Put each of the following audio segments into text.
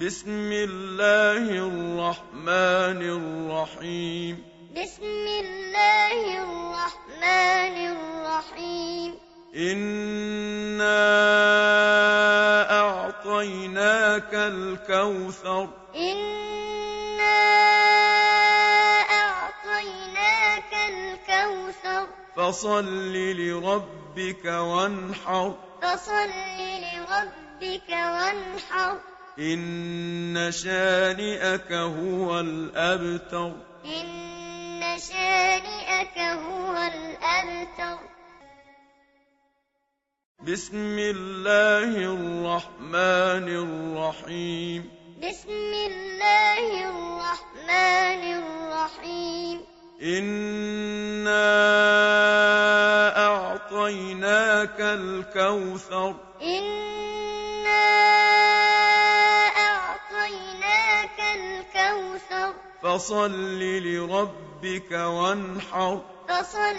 بسم الله الرحمن الرحيم بسم الله الرحمن الرحيم إنا أعطيناك الكوثر إنا أعطيناك الكوثر فصل لربك وانحر فصل لربك وانحر إن شانئك هو الأبتر إن شانئك هو الأبتر بسم الله الرحمن الرحيم بسم الله الرحمن الرحيم إنا أعطيناك الكوثر إنا أعطيناك الكوثر فصل لربك وانحر فصل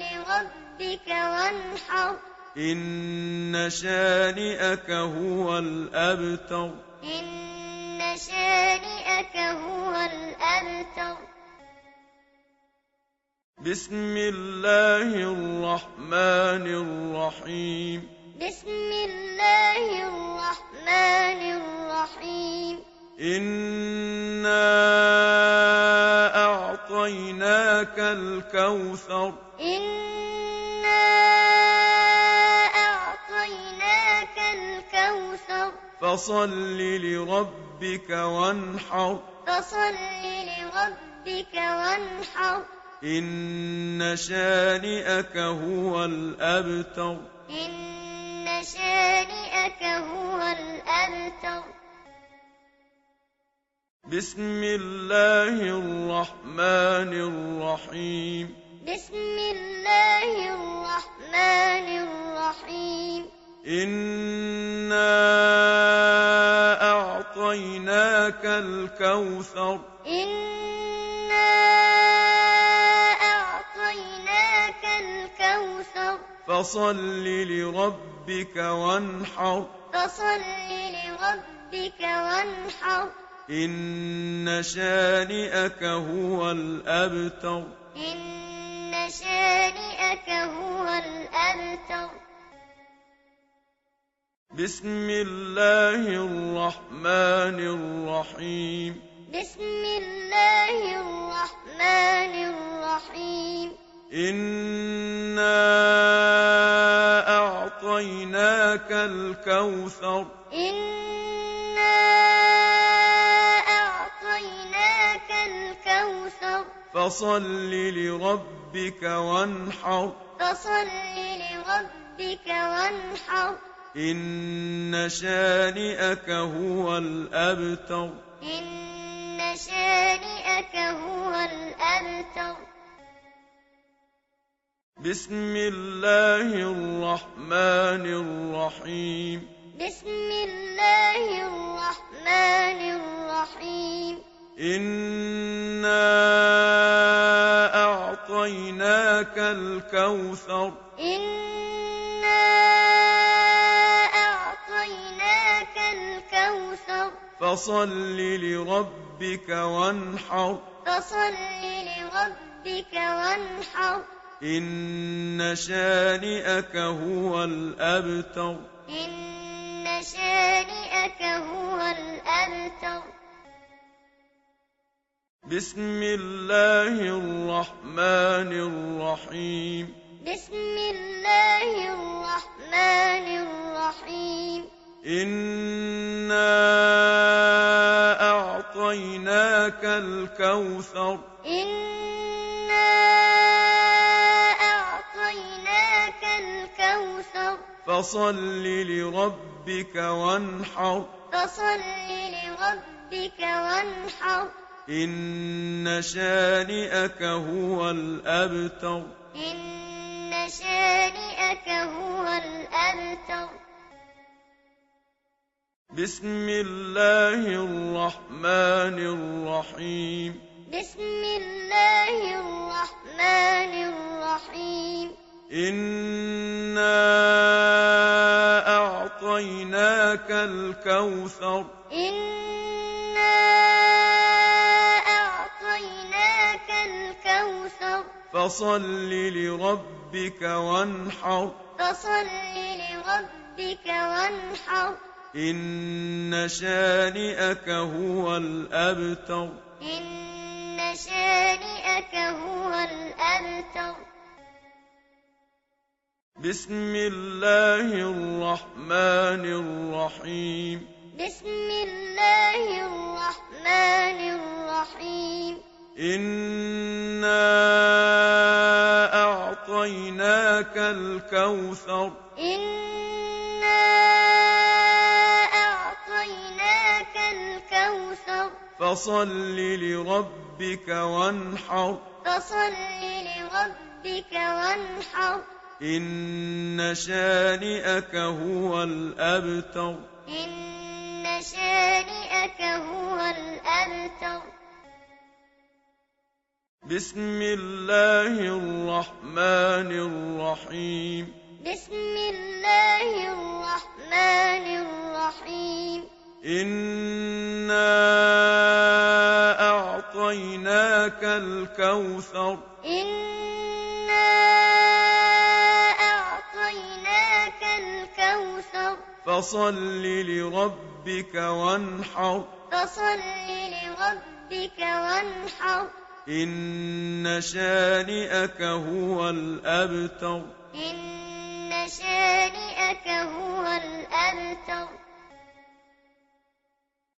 لربك وانحر إن شانئك هو الأبتر إن شانئك هو الأبتر بسم الله الرحمن الرحيم بسم الله الرحمن الرحيم إنا أعطيناك الكوثر إنا أعطيناك الكوثر فصل لربك وانحر فصل لربك وانحر إن شانئك هو الأبتر إن شانئك هو الأبتر بسم الله الرحمن الرحيم بسم الله الرحمن الرحيم إنا أعطيناك الكوثر إنا أعطيناك الكوثر فصل لربك وانحر فصل لربك وانحر إن شانئك هو الأبتر إن شانئك هو الأبتر بسم الله الرحمن الرحيم بسم الله الرحمن الرحيم إنا أعطيناك الكوثر إنا أعطيناك الكوثر فصل لربك وانحر فصل لربك وانحر إن شانئك هو الأبتر إن شانئك هو الأبتر بسم الله الرحمن الرحيم بسم الله الرحمن الرحيم إنا أعطيناك الكوثر إنا أعطيناك الكوثر فصل لربك وانحر فصل لربك وانحر إن شانئك هو الأبتر إن شانئك هو الأبتر بسم الله الرحمن الرحيم بسم الله الرحمن الرحيم إنا أعطيناك الكوثر إنا أعطيناك الكوثر فصل لربك وانحر فصل لربك وانحر إن شانئك هو الأبتر إن شانئك هو الأبتر بسم الله الرحمن الرحيم بسم الله الرحمن الرحيم إنا أعطيناك الكوثر إنا فصل لربك وانحر فصل لربك وانحر إن شانئك هو الأبتر إن شانئك هو الأبتر بسم الله الرحمن الرحيم بسم الله الرحمن الرحيم إنا أعطيناك الكوثر إنا أعطيناك الكوثر فصل لربك وانحر فصل لربك وانحر إن شانئك هو الأبتر إن شانئك هو الأبتر بسم الله الرحمن الرحيم بسم الله الرحمن الرحيم إنا أعطيناك الكوثر إنا أعطيناك الكوثر فصل لربك وانحر فصل لربك وانحر إن شانئك هو الأبتر إن شانئك هو الأبتر